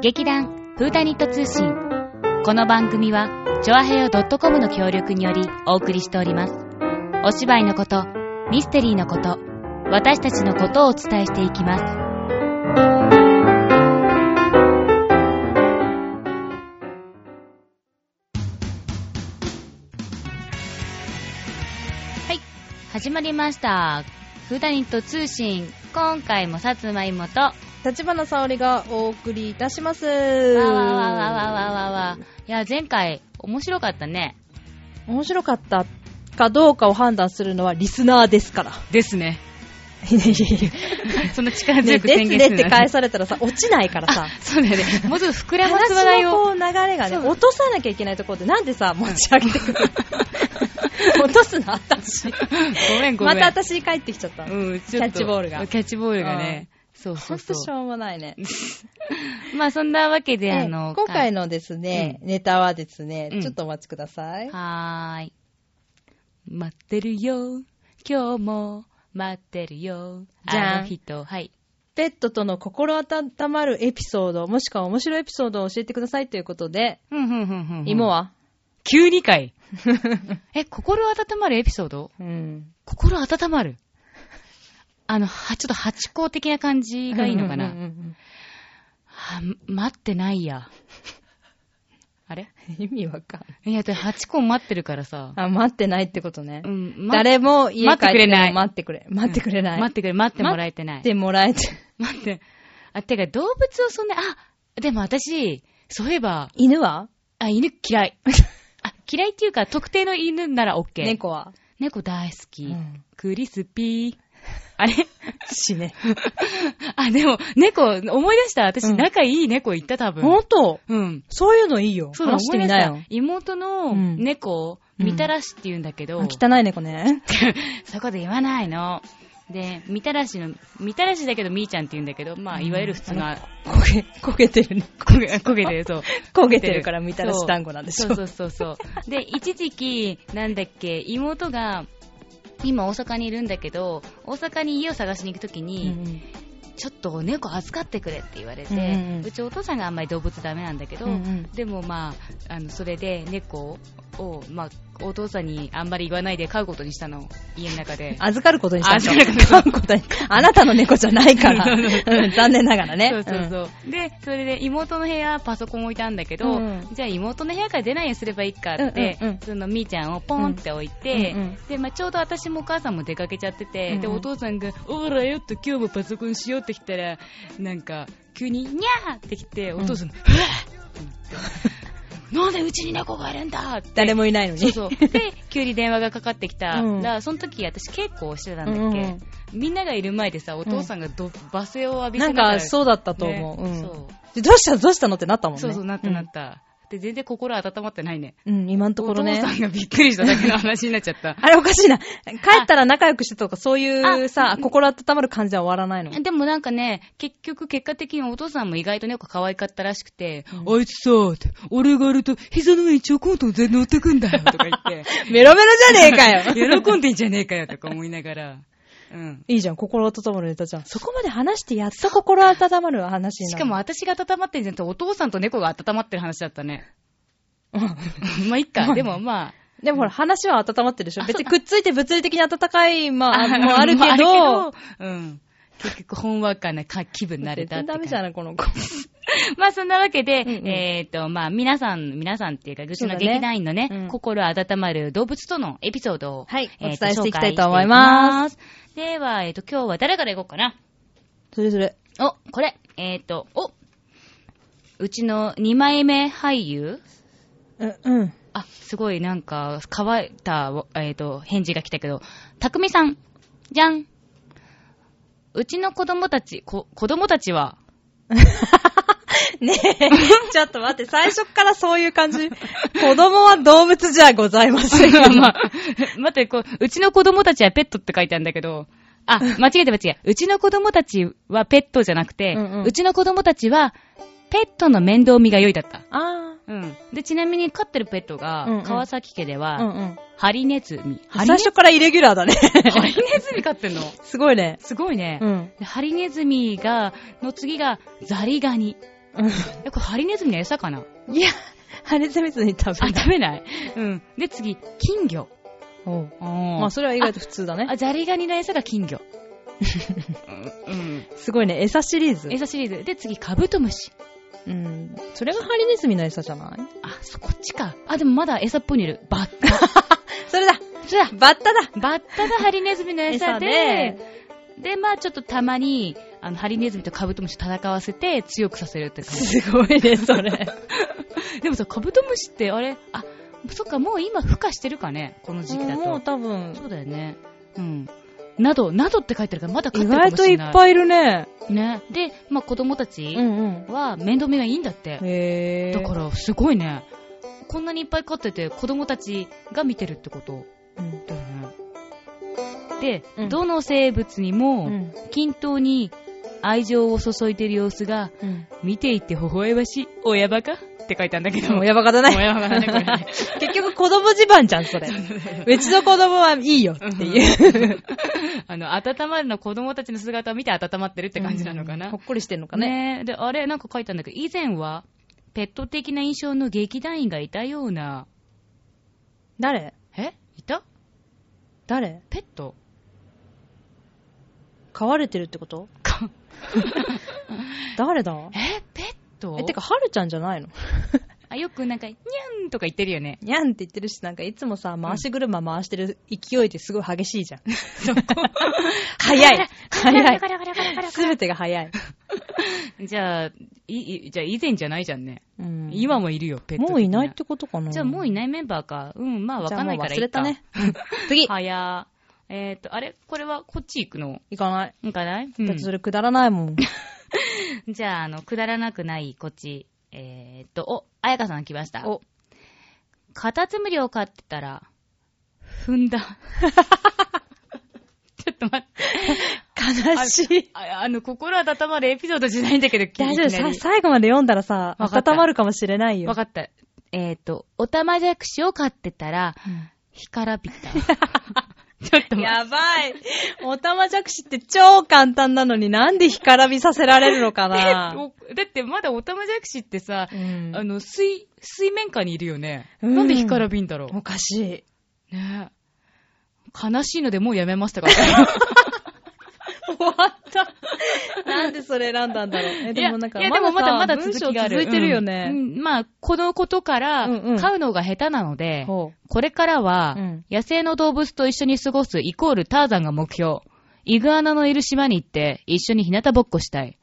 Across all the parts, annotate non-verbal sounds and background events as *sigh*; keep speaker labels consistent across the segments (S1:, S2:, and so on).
S1: 劇団フーダニット通信この番組はチョアヘオ .com の協力によりお送りしておりますお芝居のことミステリーのこと私たちのことをお伝えしていきますはい始まりましたフーダニット通信今回もさつまいもとわ
S2: 立花沙織がお送りいたします。
S1: わわわわわわわわいや前回面白かったね
S2: 面白かったかどうかを判断するのはリスナーですから。
S1: ですね
S2: いやいやいや
S1: そんな力強
S2: ね
S1: く
S2: で
S1: 宣
S2: す
S1: 言
S2: ね
S1: す
S2: っ
S1: る
S2: て
S1: のは
S2: 返されたらさ、落ちないからさ。
S1: そうだよね。もうちょっと膨らます話
S2: 話
S1: 題
S2: の
S1: を。
S2: こう流れがね、
S1: そう
S2: 落とさなきゃいけないところで、なんでさ、持ち上げてくる
S1: *laughs*
S2: 落とすな、私。 *laughs*
S1: ごめんごめ
S2: ま
S1: ん。
S2: た私帰ってきちゃった。ほん
S1: うん、ちょっと
S2: キャッチボールが
S1: キャッチボールがね。そうそう
S2: と
S1: そ
S2: しょうもないね。
S1: う。まあそんなわけで、あの、
S2: え今回のですね、ネタはですね、
S1: うん
S2: ちょっとお待ちください。
S1: はーい。待ってるよ。今日も待ってるよ。
S2: じゃん
S1: あの人、はい。
S2: ペットとの心温まるエピソード、もしくは面白いエピソードを教えてくださいということで、
S1: ふんふんふんふん。
S2: 芋
S1: は。
S2: は
S1: 急にかい。 *laughs* え、心温まるエピソード
S2: うん。
S1: 心温まる。あの、は、ちょっと八公的な感じがいいのかな
S2: うん。うんうん
S1: は、待ってないや。あれ
S2: うん意味わかんない。
S1: いや、だって8個待ってるからさ。
S2: あ、待ってないってことね。
S1: うん、ま
S2: 誰も家帰っても待
S1: 待
S2: ってくれ。待ってくれない。
S1: 待ってくれ、待ってもらえてな
S2: 待
S1: い
S2: っ。てもらえて。
S1: 待って。あ、てか動物をそんな、あ、でも私、そういえば、
S2: 犬は
S1: あ、 *laughs* 犬嫌
S2: *laughs*
S1: い。あ、嫌いっていうか、特定の犬なら OK。。
S2: 猫は
S1: 猫大好き。
S2: うん
S1: クリスピー。あれ
S2: 死ね。
S1: *laughs* あ、でも、猫、思い出した。私、
S2: うん
S1: 仲いい猫いた、多
S2: ほ
S1: 分。
S2: んと
S1: うん。
S2: そういうのいいよ。
S1: そうだ、
S2: 話してみな
S1: 思い
S2: よ
S1: 出し。た妹の
S2: うん
S1: 猫、
S2: うん
S1: みたらしって言うんだけど、
S2: あ汚い猫ね。
S1: *laughs* そこで言わないの。で、みたらしの、みたらしだけどみーちゃんって言うんだけど、まあ、いわゆる普通の、
S2: 焦げ、焦げてるね。
S1: 焦げ、焦げてる、そう。
S2: 焦げてるからみたらし団子なんでしょ
S1: そうそうそう
S2: *laughs*
S1: そう。で、一時期、なんだっけ、妹が、今大阪にいるんだけど、大阪に家を探しに行くとき
S2: う
S1: に、
S2: ん
S1: ちょっと猫預かってくれって言われて、
S2: う
S1: うん
S2: うんうん
S1: ちお父さんがあんまり動物ダメなんだけど、
S2: うんうん
S1: でもまあ、あの、それで猫を、まあ、お父さんにあんまり言わないで飼うことにしたの、家の中
S2: *laughs*
S1: で。
S2: 預かることにしたんだ
S1: 預かること
S2: 飼うことに。あなたの猫じゃない
S1: *laughs*
S2: から。うん残念ながらね。
S1: そうそうそう、で、それで妹の部屋、パソコン置いたんだけど、
S2: うん
S1: じゃあ妹の部屋から出ないようにすればいいかって、
S2: うんうんうん
S1: そのみーちゃんをポンって置いて、
S2: うんうん
S1: で、まあ、ちょうど私もお母さんも出かけちゃってて、で、
S2: うんうん
S1: お父さんが、おらよっと今日もパソコンしようってきたら、なんか、急に、にゃーってきて、お父さんが、うわっってなってなんでうちに猫がいるんだって
S2: うん。誰もいないのに。
S1: そうそう。で、急に電話がかかってきた
S2: うん
S1: ら、その時私稽古をしてたんだっけ、
S2: うんうん
S1: みんながいる前でさ、お父さんがど、罵声を浴びせ
S2: *laughs*
S1: な
S2: な
S1: んがら。
S2: か、そうだったと思う。
S1: ね
S2: うん
S1: そ
S2: でどうしたどうしたのってなったもん
S1: う
S2: ね。
S1: そうそう、なったなった。で、全然心温まってないね。
S2: うん。うん、今のところ
S1: お
S2: ね
S1: 父。さんがびっくりしただけの話になっちゃった。
S2: あれおかしいな。帰ったら仲良くしてとか、そういう
S1: あ
S2: さ、心温まる感じは終わらないの。
S1: *laughs* でもなんかね、結局結果的にお父さんも意外と猫可愛かったらしくて、
S2: うん
S1: あいつさ、って俺がやると膝の上にチョコンと全然乗ってくんだよとか言 *laughs* って、
S2: メロメロじゃねえかよ。
S1: 喜んでんじゃねえかよとか思いながら。うん。
S2: いいじゃん、心温まるネタじゃん。そこまで話してやっと心温まる話に
S1: し
S2: なる。
S1: かも、私が温まってんじゃなくて、お父さんと猫が温まってる話だったね。 *laughs* まあ、いっか。でもまあ、
S2: でもほら、話は温まってるでしょ。別にくっついて物理的に温かい、まあ、
S1: *laughs* あ
S2: もあるけ
S1: まあ
S2: ど、
S1: けどうん。結局、ほんわかなか気分になれたって
S2: 全然ダ
S1: 感
S2: メ
S1: じ
S2: じゃない、この子。
S1: まあそんなわけで、
S2: うんうん
S1: えっ、と、まあ皆さん、皆さんっていうか、ぐち
S2: そうだ
S1: の
S2: ね
S1: 劇団員のね、
S2: うん
S1: 心温まる動物とのエピソードを、
S2: はい
S1: えーと。
S2: お伝えしていきたいと思います
S1: では、えっ、と、今日は誰からいこうかな。
S2: それぞれ。
S1: お、これ、えっ、と、お、うちの2枚目俳優
S2: うん、うん。
S1: あ、すごいなんか、乾いた、えっ、と、返事が来たけど、たくみさん、じゃん。うちの子供たち、こ、子供たち
S2: *laughs*
S1: は、
S2: ね *laughs* え、ちょっと待って、最初からそういう感じ。 *laughs* 子供は動物じゃございません。
S1: まあまあ、待って、こう、うちの子供たちはペットって書いてあるんだけど、あ、間違えた間違えた。うちの子供たちはペットじゃなくて、
S2: う
S1: うん
S2: うん
S1: ちの子供たちは、ペットの面倒見が良いだった。
S2: あ
S1: うん。で、ちなみに飼ってるペットが、
S2: うんうん
S1: 川崎家で
S2: あ
S1: は、
S2: うんうん。
S1: ハリネズミ。ハ
S2: 最
S1: リネ
S2: 初からイレギュラーだね。
S1: ハリネズミ飼ってんの
S2: *laughs* すごいね。
S1: すごいね。
S2: うん。
S1: でハリネズミが、の次が、ザリガニ。え、これハリネズミの餌かない
S2: や、ハネズミズに食
S1: あ、
S2: べた。
S1: 食べない。
S2: うん。
S1: で、次、金魚。
S2: おう
S1: ま
S2: まあ、それは意外と普通だね。
S1: あ、ザリガニの餌が金魚。 *laughs* うん
S2: すごいね、餌シリーズ。
S1: 餌シリーズ。で、次、カブトムシ。
S2: うん。それがハリネズミの餌じゃない
S1: あ、そ、こっちか。あ、でもまだ餌っぽいのいる。バッタ。
S2: それだ
S1: *laughs* そうだ
S2: バッタだ
S1: バッタがハリネズミの餌で、
S2: 餌
S1: で、まあちょっとたまに、あの、ハリネズミとカブトムシ戦わせて強くさせるって感じ。
S2: すごいね、それ。
S1: *laughs* でもさ、カブトムシってあれ、あ、そっか、もう今孵化してるかね、この時期だと。
S2: もう多分、
S1: そうだよね。うん。など、などって書いてあるから、まだ飼
S2: 意
S1: ってるか
S2: 外
S1: も
S2: と
S1: し
S2: い
S1: れ
S2: っ
S1: ない。
S2: ぱいいるね。
S1: い。ね。で、まあ子供たち
S2: ん
S1: は面倒見がいいんだって。
S2: へぇ
S1: だから、すごいね。こんなにいっぱい飼ってて、子供たちが見てるってこと
S2: ら、
S1: だよね。で、
S2: うん
S1: どの生物にも、
S2: ん。
S1: 均等に愛情を注いでる様子が
S2: うん。
S1: 見ていて微笑ましい親バカって書いたんだけど
S2: 親バカだね。
S1: 親バカだねこれ
S2: *laughs*
S1: ね
S2: 結局子供自慢じゃん、それ。うちの子供はいいよっていう。
S1: あの温まるの子供たちの姿を見て温まってるって感じなのかな、
S2: ほっこりしてんのかね。
S1: ねえであれなんか書いたんだけど以前はペット的な印象の劇団員がいたような
S2: 誰
S1: えいた
S2: 誰
S1: ペット
S2: 飼われてるってこと
S1: か
S2: *laughs* 誰だ
S1: えペット
S2: え、てか、はるちゃんじゃない *laughs* の
S1: あよくなんかニャンとか言ってるよね
S2: にゃんって言ってるし、なんかいつもさ、回し車回してる勢いですごい激しいじゃん。 *laughs* 早い *laughs* 早い
S1: カラカラカラカラカラカラ
S2: すべてが早い。
S1: じゃあいいじゃあ以前じゃないじゃんね
S2: うん
S1: 今もいるよ、ペット的。
S2: もういないってことかな
S1: じゃあもう
S2: い
S1: いないメンバーか。うん、まあわかんないからいいか。
S2: 忘れた *laughs* ね。うん次
S1: はやー。えっ、と、あれこれはこっち行くの
S2: 行かない。
S1: 行かない、う
S2: だっ
S1: ん
S2: てそれくだらないもん。
S1: *laughs* じゃあ、あの、くだらなくない、こっち。えっ、と、お、あやかさん来ました。
S2: お、
S1: カタツムリを飼ってたら、踏んだ。 *laughs* ちょっと待って。
S2: 悲しい。
S1: ああの、心温まるエピソードじゃないんだけど、
S2: 大丈夫
S1: いきな
S2: さ、
S1: り
S2: 最後まで読んだらさ、
S1: わかった
S2: 温まるかもしれないよ
S1: わ。かった。えっ、と、おたまじゃくしを飼ってたら、干からび *laughs* た。ちょっと待って。
S2: やばい。おたまじゃくしって超簡単なのになんで干からびさせられるのかな。
S1: *laughs* おだってまだオタマジャクシってさ、
S2: うん
S1: あの、水、水面下にいるよね。
S2: うん
S1: なんで干からびんだろ
S2: おかしい。
S1: う。ねえ悲しいのでもうやめましたから。
S2: 終わった。 *laughs* なんでそれ選んだんだろう。 *laughs* え、でもなんか、
S1: いやいやでもまだまだ続きがある。
S2: 文章続いてるよ
S1: う
S2: ね。
S1: んうんまあ、このことから、
S2: うんうん
S1: 飼うのが下手なので、
S2: ほ
S1: これからは、
S2: うん
S1: 野生の動物と一緒に過ごすイコールターザンが目標。イグアナのいる島に行って、一緒に日向ぼっこしたい。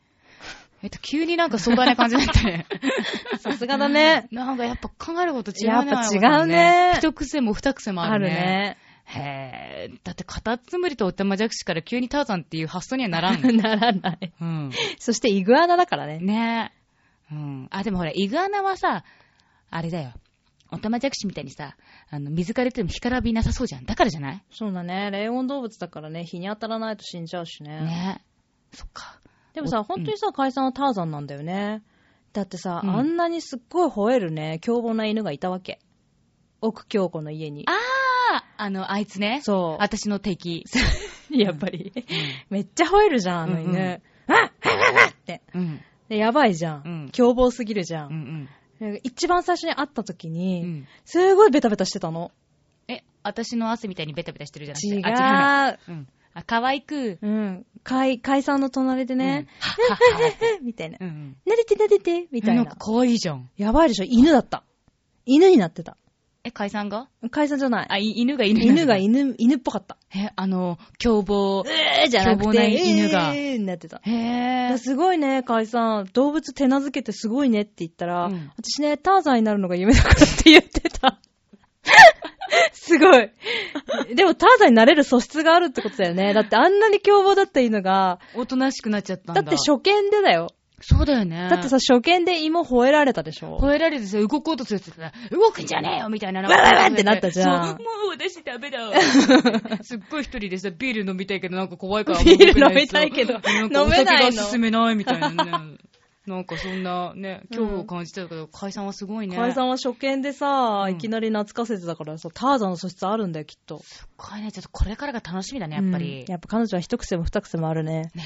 S1: えっと、急になんか壮大な感じになった
S2: *laughs*
S1: ね。
S2: うさすがだね。
S1: なんかやっぱ考えること違うね。
S2: やっぱ違う
S1: 青
S2: ね
S1: 山さん一癖も二癖もあ
S2: *laughs* あ
S1: る
S2: る
S1: ね。
S2: ね。
S1: へえ。だってカタツムリとオタマジャクシから急にターザンっていう発想にはなら
S2: *laughs*
S1: ん。
S2: ならない。
S1: うん。
S2: そしてイグアナだからね。
S1: ねえ。うん。あ、でもほら、イグアナはさ、あれだよ。オタマジャクシみたいにさ、あの、水から出ても干からびなさそうじゃん。だからじゃない
S2: そうだね。霊音動物だからね、日に当たらないと死んじゃうしね。
S1: ねえ。そっか。
S2: でもさ、本当にさ、解散はターザンなんだよね。だってさ、
S1: うん
S2: あんなにすっごい吠えるね、凶暴な犬がいたわけ。奥京子の家に。
S1: あ、あの、あいつね。
S2: そう。
S1: 私の敵。
S2: やっぱり。めっちゃ吠えるじゃん、あの
S1: うんうん
S2: 犬。あっ、あっ、あっって。
S1: うん。
S2: でやばいじゃん,、
S1: うん
S2: 凶暴すぎるじゃ。
S1: うんうんん。
S2: で一番最初に会った時
S1: う
S2: に、
S1: ん。
S2: すごいベタベタしてたの。
S1: え、私の汗みたいにベタベタしてるじゃなくて。
S2: 違う。
S1: あうん。あ、可愛く。
S2: うん。解解散の隣でね、えみたいな。
S1: うん。うん。
S2: 撫でて撫でて、 *laughs* みたい
S1: んか
S2: な。
S1: 可愛いじゃん。
S2: やばいでしょ犬だった。犬になってた。
S1: え、解散が
S2: 解散じゃない。
S1: あ、い犬が犬
S2: 犬が
S1: い。
S2: 犬、犬っぽかった。
S1: え、あの、凶暴。
S2: えーじ
S1: ゃなくて
S2: 凶暴な犬が。
S1: え
S2: なってた。
S1: へえ。
S2: すごいね、カイさん。動物手なずけてすごいねって言ったら、
S1: うん
S2: 私ね、ターザンになるのが夢だからって言ってた。 *laughs* すごい。でもターザンになれる素質があるってことだよね。だってあんなに凶暴だった犬が、
S1: おとなしくなっちゃったん
S2: だ
S1: だ。
S2: って初見でだよ。
S1: そうだよね。
S2: だってさ、、初見で芋吠えられたでしょ
S1: 吠えられてさ、動こうとするとさ、動くんじゃねえよみたいな。
S2: わわわってなったじゃん
S1: そうもう私ダメだわ。 *laughs* すっごい一人でさ、ビール飲みたいけど、なんか怖いから。
S2: *laughs* ビール飲みたいけど
S1: 動けないさ
S2: 飲めない
S1: んかお
S2: の
S1: 酒が進めないみたいな
S2: *laughs*
S1: ね。なんかそんなね、恐怖を感じてたけど、解散はすごいね。
S2: カイさんは初見でさ、
S1: うん
S2: いきなり懐かせてたからさ、ターザンの素質あるんだよ、きっと。
S1: すっごいね、ちょっとこれからが楽しみだね、やっぱり。
S2: うんやっぱ彼女は一癖も二癖もあるね。
S1: ねえ。ね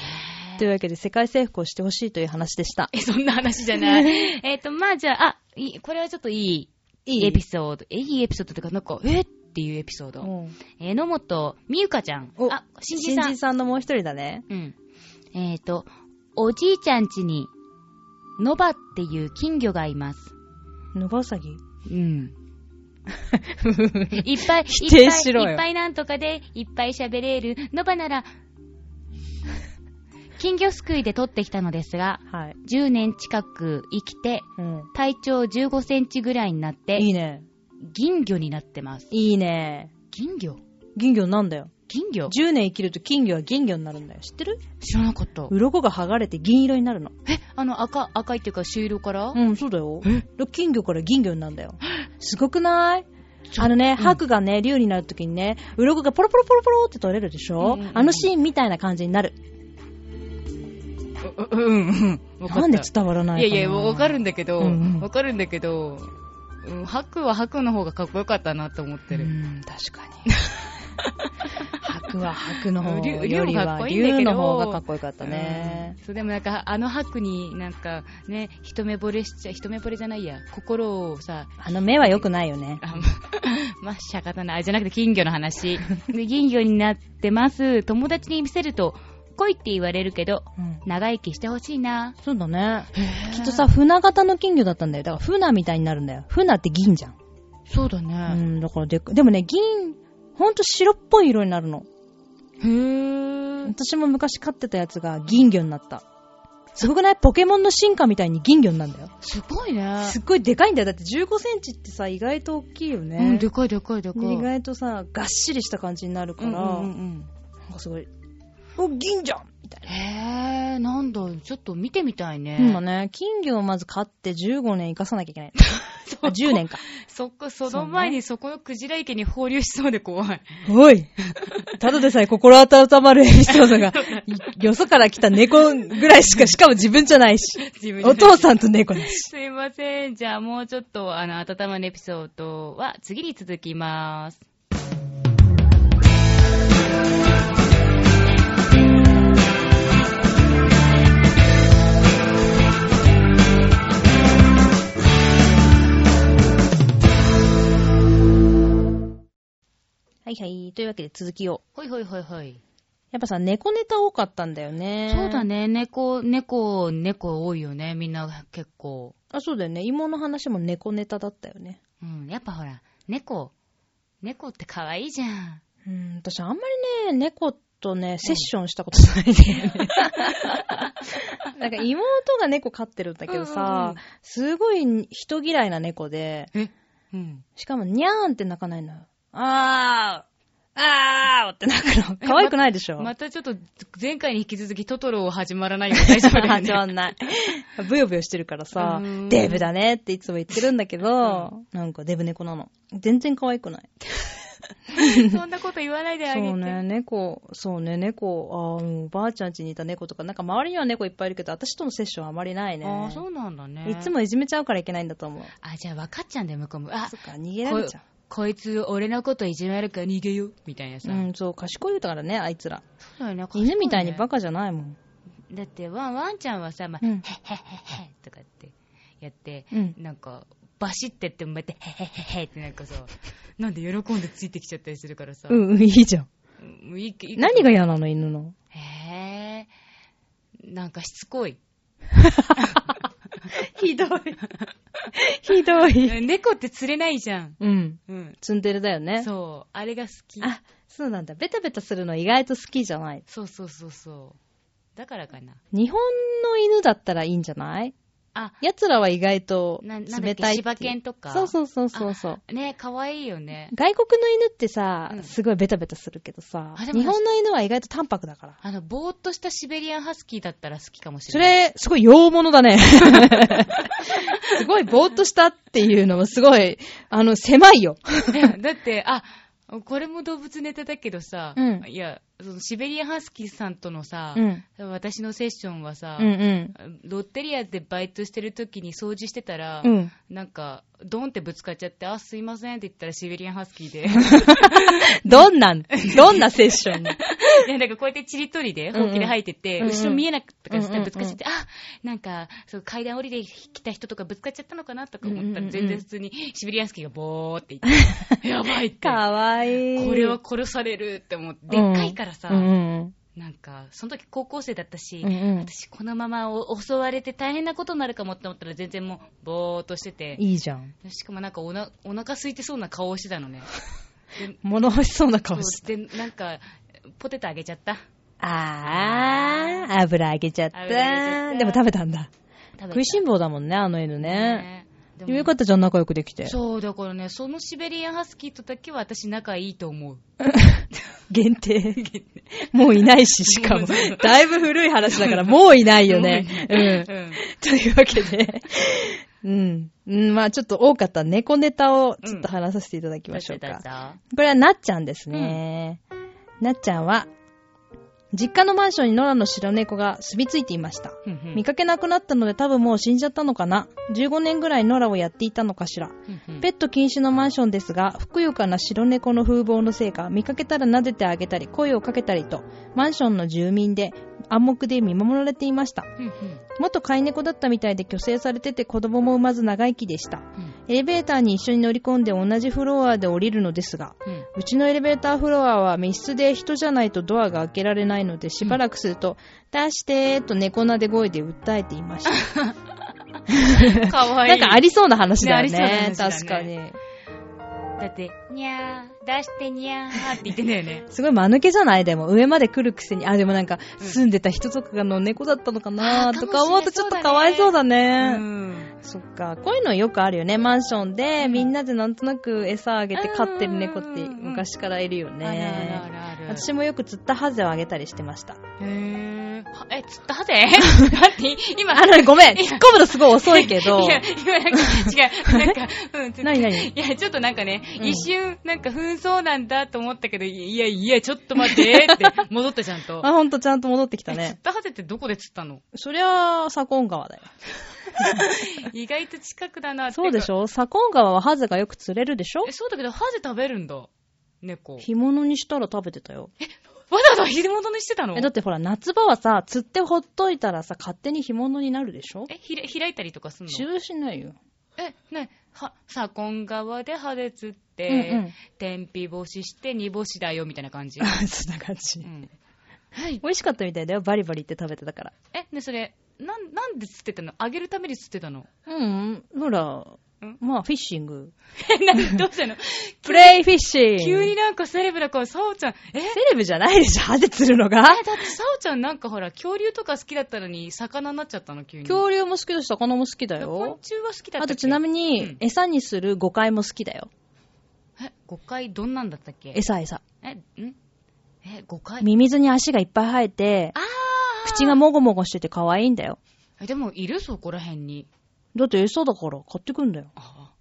S2: というわけで、世界征服をしてほしいという話でした。
S1: え、そんな話じゃない。
S2: *laughs*
S1: えっと、まあじゃあ、あ、いいこれはちょっといい、
S2: いい
S1: エピソード。え、いいエピソードというか、なんか、えっていうエピソード。
S2: うん
S1: えー、野本美ゆかちゃん。
S2: お
S1: あ、新人さん。
S2: 新人さんのもう一人だね。
S1: うん。えっ、と、おじいちゃん家に、ノバっていう金魚がいます。
S2: 野ばうさぎ *laughs*
S1: うん。いっぱい、
S2: 否定しろよ
S1: いっぱい、いっぱいなんとかで、いっぱい喋れる、ノバな
S2: *laughs*
S1: ら、金魚すくいで取ってきたのですが、
S2: はい。
S1: 10年近く生きて、
S2: うん。
S1: 体長15センチぐらいになって、
S2: いいね。
S1: 銀魚になってます。
S2: いいね。
S1: 銀魚
S2: 銀魚なんだよ。
S1: 銀魚
S2: 10年生きると金魚は銀魚になるんだよ。知ってる
S1: 知らなかった。
S2: 鱗が剥がれて銀色になるの。
S1: え、あの赤、赤いっていうか朱色から、
S2: うん、そうだよ
S1: え。
S2: で金魚から銀魚になるんだよ。すごくないあのね、白がね、竜になるときにね、鱗がポロポロポロポロって取れるでしょ、
S1: うんうんうん
S2: あのシーンみたいな感じになる。
S1: う、うん、うん。
S2: なんで伝わらないい
S1: や
S2: かない
S1: や、わかるんだけど、わ、
S2: うんうん
S1: かるんだけど、うん、白は白の方がかっこよかったなと思って
S2: う
S1: る。
S2: ん、確か
S1: *laughs*
S2: に。白は白の方
S1: 竜
S2: より
S1: 竜もかっ
S2: は
S1: こいいんだけど
S2: 竜の方がかっこよかったね
S1: う。んそう、でもなんか、あの白になんかね、一目惚れしちゃ、一目惚れじゃないや、心をさ、
S2: あの目は良くないよね。
S1: あまま *laughs* あ、しゃがたない。あ、じゃなくて金魚の話。で金魚になってます。友達に見せると、来いって言われるけど、
S2: うん、
S1: 長生きしてほしいな。
S2: そうだね。きっとさ、船型の金魚だったんだよ。だから船みたいになるんだよ。船って銀じゃん。
S1: そうだ
S2: う
S1: ね。
S2: ん、だからでっか、でもね、銀、ほんと白っぽい色になるの。
S1: へー。
S2: 私も昔飼ってたやつが銀魚になった。すごくないポケモンの進化みたいに銀魚になるんだよ。
S1: すごいね。
S2: すっごいでかいんだよ。だって15センチってさ、意外と大きいよね。
S1: うん、でかいでかいでかい。
S2: 意外とさ、がっしりした感じになるから、
S1: うんうんうん
S2: なんかすごい、お、銀じゃんみたいな。
S1: へえ、なんだ、ちょっと見てみたいね。
S2: 今ね、金魚をまず飼って15年生かさなきゃい
S1: *laughs*
S2: けない。あ10年か。
S1: そこ、その前にそこのクジラ池に放流しそうで怖
S2: *laughs*
S1: い。
S2: おいただでさえ心温まるエピソー *laughs* ドが、いよそから来た猫ぐらいしか、しかも自分じゃないし。
S1: 自分で
S2: お父さんと猫だし。
S1: すいません。じゃあもうちょっと、あの、温まるエピソードは次に続きます。
S2: はいはい。というわけで続きを。
S1: ほいほいほいほい。
S2: やっぱさ、猫ネタ多かったんだよね。
S1: そうだ。ね。猫、猫、猫多いよね。みんな結構。
S2: あ、そうだよね。芋の話も猫ネタだったよね。
S1: うん。やっぱほら、猫、猫って可愛いじゃん。
S2: うん、私あんまりね、猫とね、セッションしたことないんだよね。 *laughs* なんか妹が猫飼ってるんだけど
S1: うんうんう
S2: さ
S1: ん、
S2: すごい人嫌いな猫で、
S1: えうん。
S2: しかもニャーンって鳴かないのよ。あー、あーって鳴くの。可愛くないでしょ
S1: またちょっと、前回に引き続きトトロを始まらないよ大丈夫だよ
S2: *laughs*
S1: ね。
S2: 始まんない。ブヨブヨしてるからさ
S1: うーん、
S2: デブだねっていつも言ってるんだけど、なんかデブ猫なの。全然可愛くない。
S1: そんなこと言わないであげて。
S2: そうね、猫、そうね、猫、ああ、うんおばあちゃん家にいた猫とか、なんか周りには猫いっぱいいるけど、私とのセッションはあまりないね。
S1: ああ、そうなんだね。
S2: いつ。もいじめちゃうからいけないんだと思う。
S1: あ、じゃあ分かっちゃうんだよ、向こうも。あ
S2: そ、っか、逃げられちゃ
S1: こいつ、俺のこといじめるから逃げよ、みたいな
S2: う。
S1: さ。
S2: うん、そう、賢いからね、あいつら。
S1: そうだよね。
S2: 犬みたいにバ
S1: カ。
S2: カじゃないもん。
S1: だって、ワン、ワンちゃんはさ、まあ、
S2: う
S1: へ
S2: ん
S1: へへへとかってやって、
S2: うん
S1: なんか、バシってってもまた、へへへへってなんかさ、なんで喜んでついてきちゃったりするからさ。
S2: うん、うん、いいじゃん。
S1: うん。もういいけいいけど
S2: 何が嫌なの、犬の。
S1: *laughs* へえ、なんかしつこい。
S2: ひどい。 *laughs* ひどい。
S1: 猫って釣れないじゃん。
S2: うん。
S1: うん。
S2: ツンデレだよね。
S1: そう。あれが好き。
S2: あ、そうなんだ。ベタベタするの意外と好きじゃない。
S1: そうそうそうそう。だからかな。
S2: 日本の犬だったらいいんじゃない
S1: あ、
S2: 奴らは意外と
S1: ななんだっけ
S2: 冷たいってい
S1: 柴
S2: う。
S1: 犬とか
S2: そうそうそうそうそう。
S1: ね、可愛いよね。
S2: 外国の犬ってさ、
S1: うん
S2: すごいベタベタするけどさ、
S1: あでも
S2: 日本の犬は意外と淡白だから。
S1: あの、ぼーっとしたシベリアンハスキーだったら好きかもし
S2: そ
S1: れない。
S2: れ、すごい洋物だ
S1: *laughs*
S2: ね。すごいぼーっとしたっていうのもすごい、あの、狭いよ。
S1: *laughs* だって、あ、これも動物ネタだけどさ、
S2: うん
S1: いや、そのシベリアンハスキーさんとのさ、
S2: うん
S1: 私のセッションはさ、
S2: うんうん。
S1: ロッテリアでバイトしてる時に掃除してたら、
S2: うん。
S1: なんか、ドンってぶつかっちゃって、あ、すいませんって言ったらシベリアンハスキーで。
S2: どんなん、どんなセッション
S1: *laughs* いや、なんかこうやってちりとりで、
S2: うんうん
S1: ほうきで吐いてて、
S2: うんうん
S1: 後ろ見えなかったから
S2: うんうんうん
S1: ぶつかっちゃって、あ、なんか、そう、階段降りてきた人とかぶつかっちゃったのかなとか思った
S2: うんうんう
S1: ら、
S2: ん
S1: 全然普通にシベリアンスキーがボーって言
S2: *laughs*
S1: って、やばいって。
S2: *laughs* かわいい。
S1: これは殺されるって思って、でっかいからさ、
S2: うんうん
S1: なんか、その時高校生だったし、
S2: うんうん
S1: 私このままお襲われて大変なことになるかもって思ったら全然もう、ぼーっとしてて、
S2: いいじゃん。
S1: しかもなんかおなお腹空いてそうな顔をしてたのね。で
S2: 物欲しそうな顔して。
S1: そうで、なんか、ポテトあげちゃった。
S2: あー、油揚げちゃっ。
S1: 油揚げちゃったた
S2: でも食べたんだ。
S1: 食べた
S2: 食いしん坊だもんね、あの犬ね。
S1: でも
S2: よかったじゃん、仲良くできて。
S1: そう、だからね、そのシベリアンハスキーとだけは私仲いいと思う。
S2: 限定。もういないし、しかも。
S1: もう
S2: だいぶ古い話だから、もういない
S1: *laughs*
S2: よね。うん。
S1: うん。
S2: というわけで、うん。うん、まあちょっと多かった猫ネタをちょっと話させていただきましょうか。
S1: か。
S2: これはなっちゃんですね。なっちゃんは、実家のマンションに野良の白猫が住み着いていました。
S1: うんうん
S2: 見かけなくなったので多分もう死んじゃったのかな。15年ぐらい野良をやっていたのかしら。
S1: うんうん
S2: ペット禁止のマンションですが、ふくよかな白猫の風貌のせいか、見かけたら撫でてあげたり、声をかけたりと、マンションの住民で暗黙で見守られていました。
S1: うんうん
S2: 元飼い猫だったみたいで虚勢されてて子供も産まず長生きでした。エレベーターに一緒に乗り込んで同じフロアで降りるのですが、
S1: うんうん
S2: うちのエレベーターフロアは密室で人じゃないとドアが開けられないのでしばらくすると、出してーと猫撫で声で訴えてい
S1: *laughs*
S2: ました。
S1: かわいい。
S2: なんかありそうな話だよね。
S1: ねありそうな話だね
S2: 確かに。。
S1: だって、にゃー、出してにゃーって言ってんだよね
S2: すごい間抜けじゃないでも上まで来るくせに、あ、でもなんか住んでた人とかの猫だったのかな
S1: あー
S2: とか思うとちょっとかわいそうだね。
S1: うん。
S2: そっか、こういうのよくあるよね。マンションで、
S1: うん
S2: みんなでなんとなく餌あげて飼ってる猫って
S1: うん
S2: 昔からいるよ
S1: あるあるあ
S2: ね。
S1: るある。
S2: 私もよく釣ったハゼをあげたりしてました。
S1: へー。はえ、釣ったはぜ
S2: *laughs*
S1: だって、今、
S2: あ、ごめん突っ込むのすごい遅いけど。
S1: いや、今なんか、違う、なんか、うん、ちょっと
S2: 何何
S1: いや、ちょっとなんかね、
S2: うん
S1: 一瞬、なんか、紛争なんだと思ったけど、いやいや、ちょっと待って、って、戻ったちゃんと。
S2: あ、ほんとちゃんと *laughs* 戻ってきた
S1: え釣
S2: ね
S1: っ。たはずってどこで釣った
S2: *laughs*
S1: の
S2: そりゃあ、左近川だよ。
S1: 意外と近くだなって。
S2: そうでしょ左近川はハゼがよく釣れるでしょ
S1: え、そうだけど、ハゼ食べるんだ。猫。わ
S2: 干物にしたら食べてたよ。
S1: ざわざひ物にしてたの
S2: え、だってほら、夏場はさ、釣ってほっといたらさ、勝手に干物になるでしょ
S1: え、ひら、開いたりとかすんの
S2: 知るしないよ。
S1: え、ね、は、左近側でハゼ釣っ
S2: うんう
S1: て
S2: ん、
S1: 天日干しして煮干しだよ、みたいな感じ。
S2: あ、 *laughs* そんな感じ
S1: う。ん。はい。
S2: 美味しかったみたいだよ。バリバリって食べてたから。
S1: え、ね、それ、なん、なんで釣ってたのあげるために釣ってた
S2: *laughs*
S1: の
S2: うん、ほら、まあ、フィッシング。
S1: え、なんどうしたの
S2: プレイフィッシング
S1: *laughs* 急になんかセレブだから、サオちゃん、え
S2: セレブじゃないでしょ、ハゼ釣るのが。
S1: だってサオちゃんなんかほら、恐竜とか好きだったのに、魚になっちゃったの、急に。
S2: 恐竜も好きだし、魚も好きだ
S1: 昆
S2: よ。
S1: 虫は好きだったっけ
S2: あと、ちなみ
S1: う
S2: に
S1: ん、
S2: 餌にする誤解も好きだよ。
S1: え、誤解どんなんだったっけ
S2: 餌、餌。
S1: え、んえ、誤解
S2: ミミズに足がいっぱい生えて、
S1: あ
S2: 口がもごもごしてて可愛いんだよ。
S1: ーえ、でもいるそこら辺に。
S2: だって餌だから買ってくんだよ。
S1: あ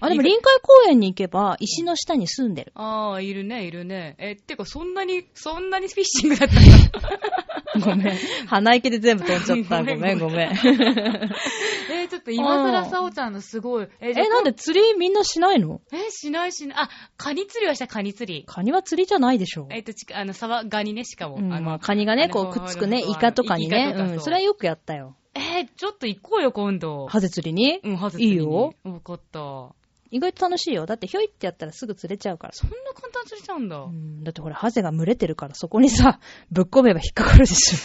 S2: あ、でも臨海公園に行けば、石の下に住んでる。
S1: あー、いるね、いるね。え、てか、そんなに、そんなにフィッシングだったの
S2: *laughs* ごめん。鼻息で全部飛んじゃった。ご
S1: ご
S2: め
S1: め
S2: ん、
S1: ん
S2: ごめん。
S1: *laughs* え、ちょっと今更サオちゃんのすごい。え
S2: *laughs* え、なんで釣りみんなしないの
S1: え、しないしない。あ、カニ釣りはした、カニ釣り。
S2: カニは釣りじゃないでしょ。
S1: えっと、ちあの、サバ、ガニね、しかも。
S2: うん、
S1: あの
S2: まあ、カニがね、こう、
S1: あの
S2: くっつくね、
S1: あの
S2: イカとかに
S1: イ
S2: ね
S1: カ。とか
S2: う、
S1: そうん
S2: それはよくやったよ。
S1: えー、ちょっと行こうよ、今度。
S2: ハゼ釣りに
S1: うん、ハゼ釣りに
S2: いいよ。
S1: 分かった。そ
S2: 意外と楽しいよ。だって、ひょいってやったらすぐ釣れちゃうからさ。
S1: んな簡単に釣れちゃうんだ。
S2: うん、だってほら、ハゼが群れてるから、そこにさ、 *laughs* ぶっ込めば引っかかる
S1: *laughs*
S2: でしょ。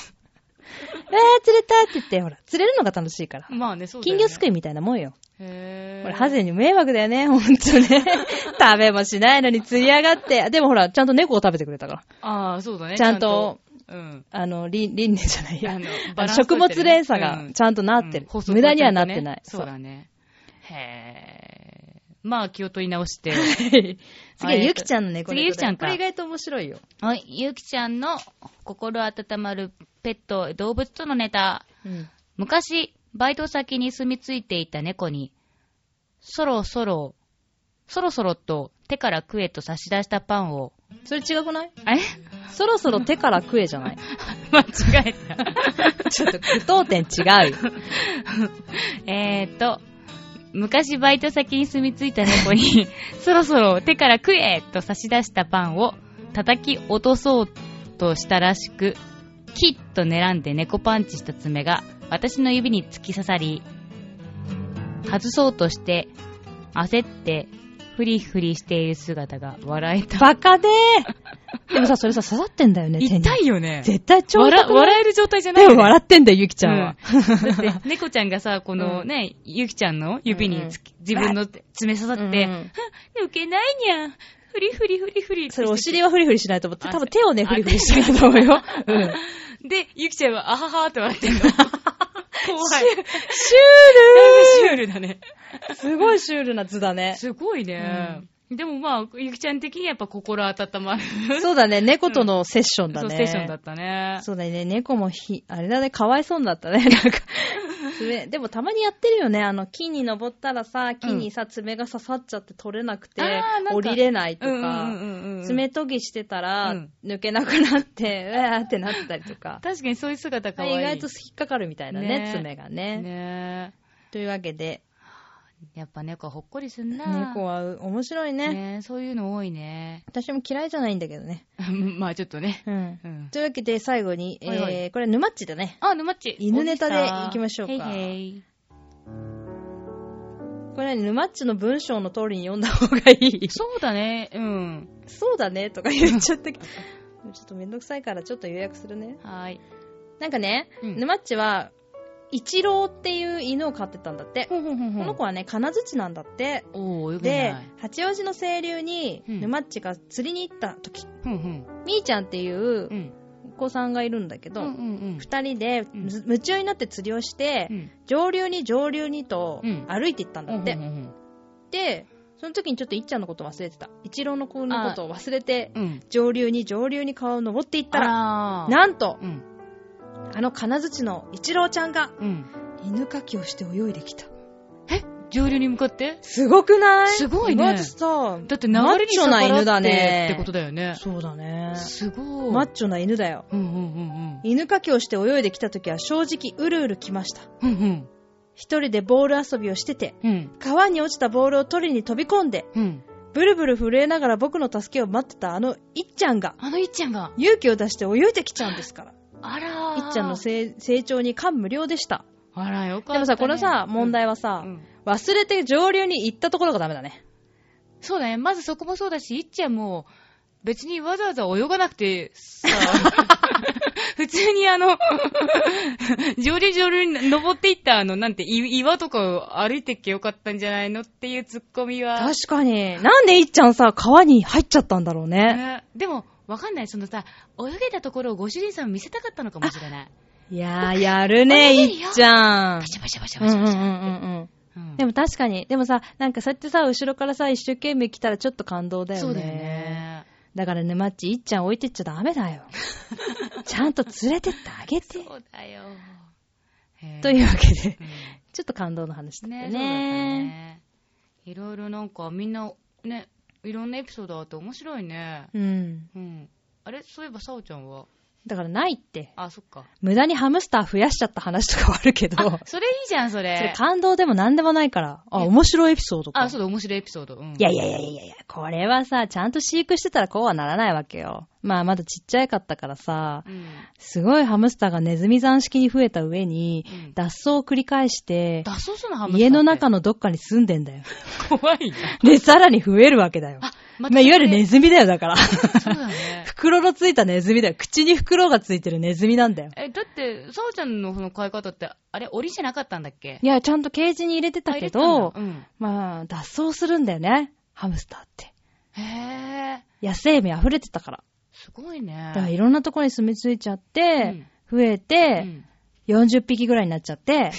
S2: えー、釣れたって言って、ほら、釣れるのが楽しいから。
S1: まあね、そうだよ、
S2: 金
S1: ね。
S2: 魚すくいみたいなもんよ。
S1: へ
S2: こ
S1: ー
S2: れ、ハゼに迷惑だよね、ほんとね。 *laughs* 食べもしないのに釣り上がって。でもほら、ちゃんと猫を食べてくれたから。
S1: ああ、そうだね。
S2: ちゃんと、
S1: うん。
S2: あの、りん、りんねじゃない
S1: あ
S2: や
S1: の。
S2: あ
S1: バラ
S2: の
S1: ンス
S2: 食
S1: 取れ
S2: 物
S1: てるね
S2: 連鎖が
S1: うん
S2: ちゃんとなってる。
S1: うん
S2: 無駄にはなってない。
S1: そうだね。へえ。まあ、気を取り直 *laughs* して。
S2: *laughs* 次は
S1: あえっと
S2: ゆきちゃんの猫
S1: 次ゆきちゃん
S2: こ
S1: か
S2: れ意外と面白いよ。
S1: はい、ゆきちゃんの心温まるペット、動物とのネタ。
S2: うん。
S1: 昔、バイト先に住み着いていた猫に、そろそろ、そろそろと手から食えと差し出したパンを、
S2: それ違くない
S1: え
S2: そろそろ手から食えじゃない
S1: *laughs*
S2: *laughs*
S1: 間違えた。
S2: ちょっと *laughs* 句読点違うよ。
S1: えーと、昔バイト先に住み着いた猫 *laughs* に、そろそろ手から食えと差し出したパンを叩き落とそうとしたらしく、キッと狙んで猫パンチした爪が私の指に突き刺さり、外そうとして、焦って、フリフリしている姿が笑えた。
S2: バカで
S1: *laughs*
S2: ーでもさ、それさ、刺さってんだよね、手に。
S1: 痛いよね。
S2: 絶対超痛
S1: 笑
S2: くない
S1: 笑える状態じゃない
S2: で
S1: よ、ね。
S2: も笑ってんだよ、ゆきちゃんは。
S1: だ
S2: *laughs*
S1: って、猫ちゃんがさ、このね、ゆきちゃんの指につき自分の爪刺さって、
S2: うんうん
S1: 抜けないにゃん。フリフリフリフリって
S2: それお尻はフリフリしないと思って、
S1: あ
S2: 多分手をね、
S1: あ
S2: フリフリしてると思うよ。うん。シュール
S1: で、ゆきちゃんは、あははーって笑ってん
S2: *laughs*
S1: の。怖い。シュールだね。
S2: すごいシュールな図だね。
S1: すごいね。でもまあ、ゆきちゃん的にはやっぱ心温まる。
S2: そうだね、猫とのセッションだ
S1: そ
S2: ね。
S1: うステーションだったね。
S2: そうだね、猫もひ、あれだね、かわいそうに
S1: *laughs*
S2: なったね、なんか。爪、でもたまにやってるよね、あの、木に登ったらさ、木にさ、爪が刺さっちゃって取れなくて
S1: あーなん、か
S2: 降りれないと
S1: うんうん
S2: か、
S1: うんうん。
S2: 爪研ぎしてたら、
S1: うん
S2: 抜けなくなって、 *laughs* うわーってなったりとか。
S1: 確かにそういう姿かわいい。
S2: 意外と引っかかるみたいだね、
S1: ね
S2: 爪がね
S1: ね
S2: というわけで、
S1: え。やっぱ猫はほっこりすんな。
S2: 猫は面白いね
S1: ねえそういうの多いね。
S2: *laughs* 私も嫌いじゃないんだけどね。
S1: うんまあちょっとね。
S2: うん
S1: うん
S2: というわけで、最後に、
S1: はいはい
S2: えー、これは沼っちだね。
S1: あ、沼っち。
S2: 犬ネタで行きましょうか
S1: へいへい
S2: これは沼っちの文章の通りに読んだ方がいい。
S1: そうだね。うん。
S2: *laughs* そうだねとか言っ *laughs* ちゃったけど。ちょっとめんどくさいからちょっと予約するね。
S1: はーい。
S2: なんかね、
S1: うん
S2: 沼っちは、イチローっていう犬を飼ってたんだって。
S1: ほんほんほんほ
S2: この子はね、金槌なんだって。
S1: おー、よく
S2: で
S1: ない。、
S2: 八王子の清流に、
S1: うん
S2: 沼っちが釣りに行った時、
S1: ふんふん。
S2: みーちゃんっていう
S1: うん。
S2: お子さんがいるんだけ
S1: う
S2: ど、
S1: んうん
S2: 二人で
S1: うん
S2: 夢中になって釣りをして、
S1: うん。
S2: 上流に上流にと
S1: うん
S2: 歩いていったんだって、
S1: うんうん
S2: でその時にちょっといっちゃんのこと忘れてた一郎の子のことを忘れて
S1: うん。うん。
S2: 上流に上流に川を登っていったら
S1: らな、
S2: なんと
S1: うん。
S2: あの金槌の一郎ちゃんが
S1: うん。
S2: 犬かきをして泳いできた
S1: 上流に向かって
S2: すごくない
S1: すごいね
S2: 意外とさ
S1: だって流れに逆らって
S2: マッチョな犬だね
S1: ってことだよね。
S2: そうだね
S1: すごい。
S2: マッチョな犬だよ
S1: うんうんうん
S2: 犬かきをして泳いできた時は正直うるうる来ました
S1: うん。うんうん。
S2: 一人でボール遊びをしてて
S1: うん。
S2: 川に落ちたボールを取りに飛び込んで
S1: うん。
S2: ブルブル震えながら僕の助けを待ってたあのいっちゃんが
S1: あのいっちゃんが。
S2: 勇気を出して泳いできちゃうんですから。
S1: あらー。
S2: いっちゃんの成成長に感無量でした。
S1: あら、よかった、ね。
S2: でもさ、このさ、問題
S1: は
S2: はさ、忘れて上流に行ったところがダメだね。
S1: そうだね。まずそこもそうだし、いっちゃんも、別にわざわざ泳がなくて、
S2: *laughs*
S1: さ、普通にあの、上流上流に登っていった、あの、なんて、い岩とかを歩いてっけよかったんじゃないのっていうツッコミは。
S2: 確かに。なんでいっちゃんさ、川に入っちゃったんだろうね。
S1: ねでも、わかんない。そのさ、泳げたところをご主人さん見せたかったのかもしれない。
S2: いやー、やる
S1: ね
S2: ね、
S1: いい
S2: い
S1: よ
S2: っちゃん
S1: バ。シャバシャバシャ
S2: う
S1: バ
S2: んう
S1: シ
S2: ん
S1: ャ
S2: うんう
S1: バシャ。
S2: ん
S1: うん
S2: でも確かに。でもさ、なんかそうやってさ、後ろからさ、一生懸命来たらちょっと感動だよね。
S1: そうだよ。ね。
S2: だからね、マッチ、いっちゃん置いてっちゃダメ
S1: *laughs*
S2: だよ。ちゃんと連れてってあげて。
S1: そうだよ。へー
S2: というわけで。
S1: う
S2: ちょっと感動の話だ
S1: ん
S2: っ
S1: ねそうだ
S2: たよ
S1: った
S2: ね。
S1: ね。いろいろなんかみんな、ね、いろんなエピソードあって面白いね。
S2: うん。
S1: うん。あれそういえば、さおちゃんは
S2: だからないって。
S1: あ、そっか。
S2: 無駄にハムスター増やしちゃった話とかはあるけど、
S1: あ、それいいじゃん、そ
S2: それ
S1: れ。
S2: 感動でも何でもないから、あ、
S1: え
S2: 面白いエピソードか。
S1: あ、そうだ、面白いエピソード。うん。
S2: いやいやいやいやいや、これはさ、ちゃんと飼育してたらこうはならないわけよ。まあまだちっちゃかったからさ、
S1: うん。
S2: すごいハムスターがネズミ山式に増えた上に
S1: うん、
S2: 脱走を繰り返して、
S1: 脱走するのハムスターって
S2: 家の中のどっかに住んでんだよ。 *laughs*
S1: 怖いな。
S2: で、さらに増えるわけだよ。
S1: あ、
S2: ま
S1: ま
S2: あ、いわゆるネズミだよ、だから。
S1: そうだね。
S2: *laughs* 袋のついたネズミだよ。口に袋がついてるネズミなんだよ。
S1: え、だって、さおちゃんのその飼い方って、あれ、檻じゃなかったんだっけ
S2: いや、ちゃんとケージに入れてたけ
S1: あ
S2: ど、
S1: 入れてたんだ
S2: まあ、脱走するんだよね。ハムスターって。
S1: うん。へえ、
S2: 野生味溢れてたから。
S1: すごい
S2: だからい
S1: ね。
S2: ろんなところに住み着いちゃって、増え
S1: う
S2: て、
S1: ん
S2: 40匹ぐらいになっち
S1: *laughs*
S2: ゃって、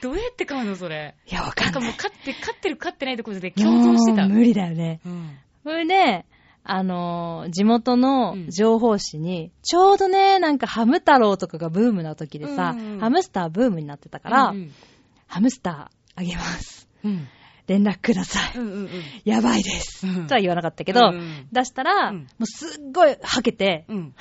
S1: どうやって飼うのそれ。
S2: いや、わか
S1: なん
S2: ん
S1: か
S2: ない。
S1: もう飼って、飼ってる飼ってないところで共存してた。
S2: もう無理だよね。
S1: うん。
S2: それで、あのー地元の
S1: うん
S2: 情報誌に、ちょうどね、なんかハム太郎とかがブームの時でさ、
S1: うんうん
S2: ハムスターブームになってたから、
S1: うん
S2: ハムスターあげます。 *laughs*
S1: うん。
S2: 連絡ください。
S1: うんうんうん。
S2: やばいです。
S1: うん
S2: とは言わなかったけど、
S1: うんうん
S2: 出したら、
S1: うん
S2: もうすっごいはけて、
S1: うん。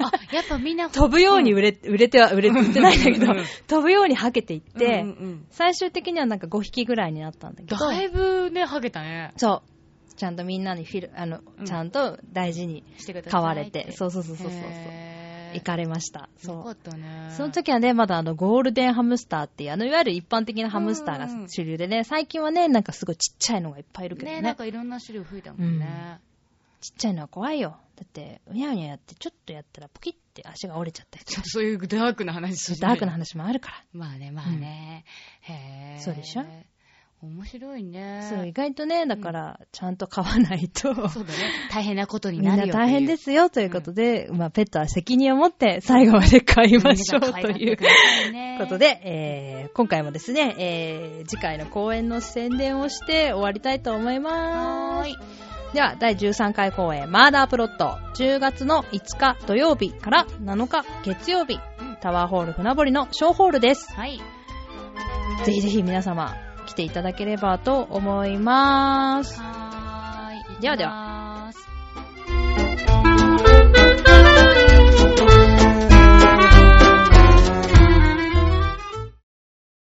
S1: あ、やっぱみんな、
S2: *laughs* 飛ぶように売れ、売れては、売れて売ってないんだけど
S1: うん、
S2: 飛ぶようにはけていって、
S1: うんうんうん
S2: 最終的にはなんか5匹ぐらいになったんだけど、
S1: だいぶね、ハゲたね。
S2: そう。ちゃんとみんなにフィル、あの
S1: う、ん
S2: ちゃんと大事に
S1: してください
S2: 買われて、そうそうそうそうそうそう。行かれました。
S1: そうよ
S2: そ
S1: か
S2: う。
S1: ったね
S2: その時はね、まだあの、ゴールデンハムスターっていう、あの、いわゆる一般的なハムスター
S1: うん
S2: が主流でね、最近はね、なんかすごいちっちゃいのがいっぱいいるけど
S1: ね
S2: ね。
S1: なんかいろんな種類増えたもんね、
S2: ちっちゃいのは怖いよ。だって、うにゃうにゃやって、ちょっとやったらポキって足が折れちゃったりとか、
S1: そういうダークな話
S2: ダークな話もあるから。
S1: まあねまあね、へえ
S2: そうでしょ
S1: 面白いね
S2: そう、意外とね、だから、ちゃんと買わないと、
S1: そうだね大変なことに
S2: みん
S1: なる
S2: な
S1: よ
S2: 大変ですすよ、ということで、まあ、ペットは責任を持って最後まで買いましょう、という。ことで、えー今回もですね、えー次回の公演の宣伝をして終わりたいと思いま
S1: は
S2: す。
S1: い
S2: では、第13回公演、マーダープロット、10月の5日土曜日から7日月曜日、タワーホール船堀の小ホールです。
S1: はい
S2: ぜひぜひ皆様、来ていただければと思います。
S1: はーい
S2: ではでは
S1: は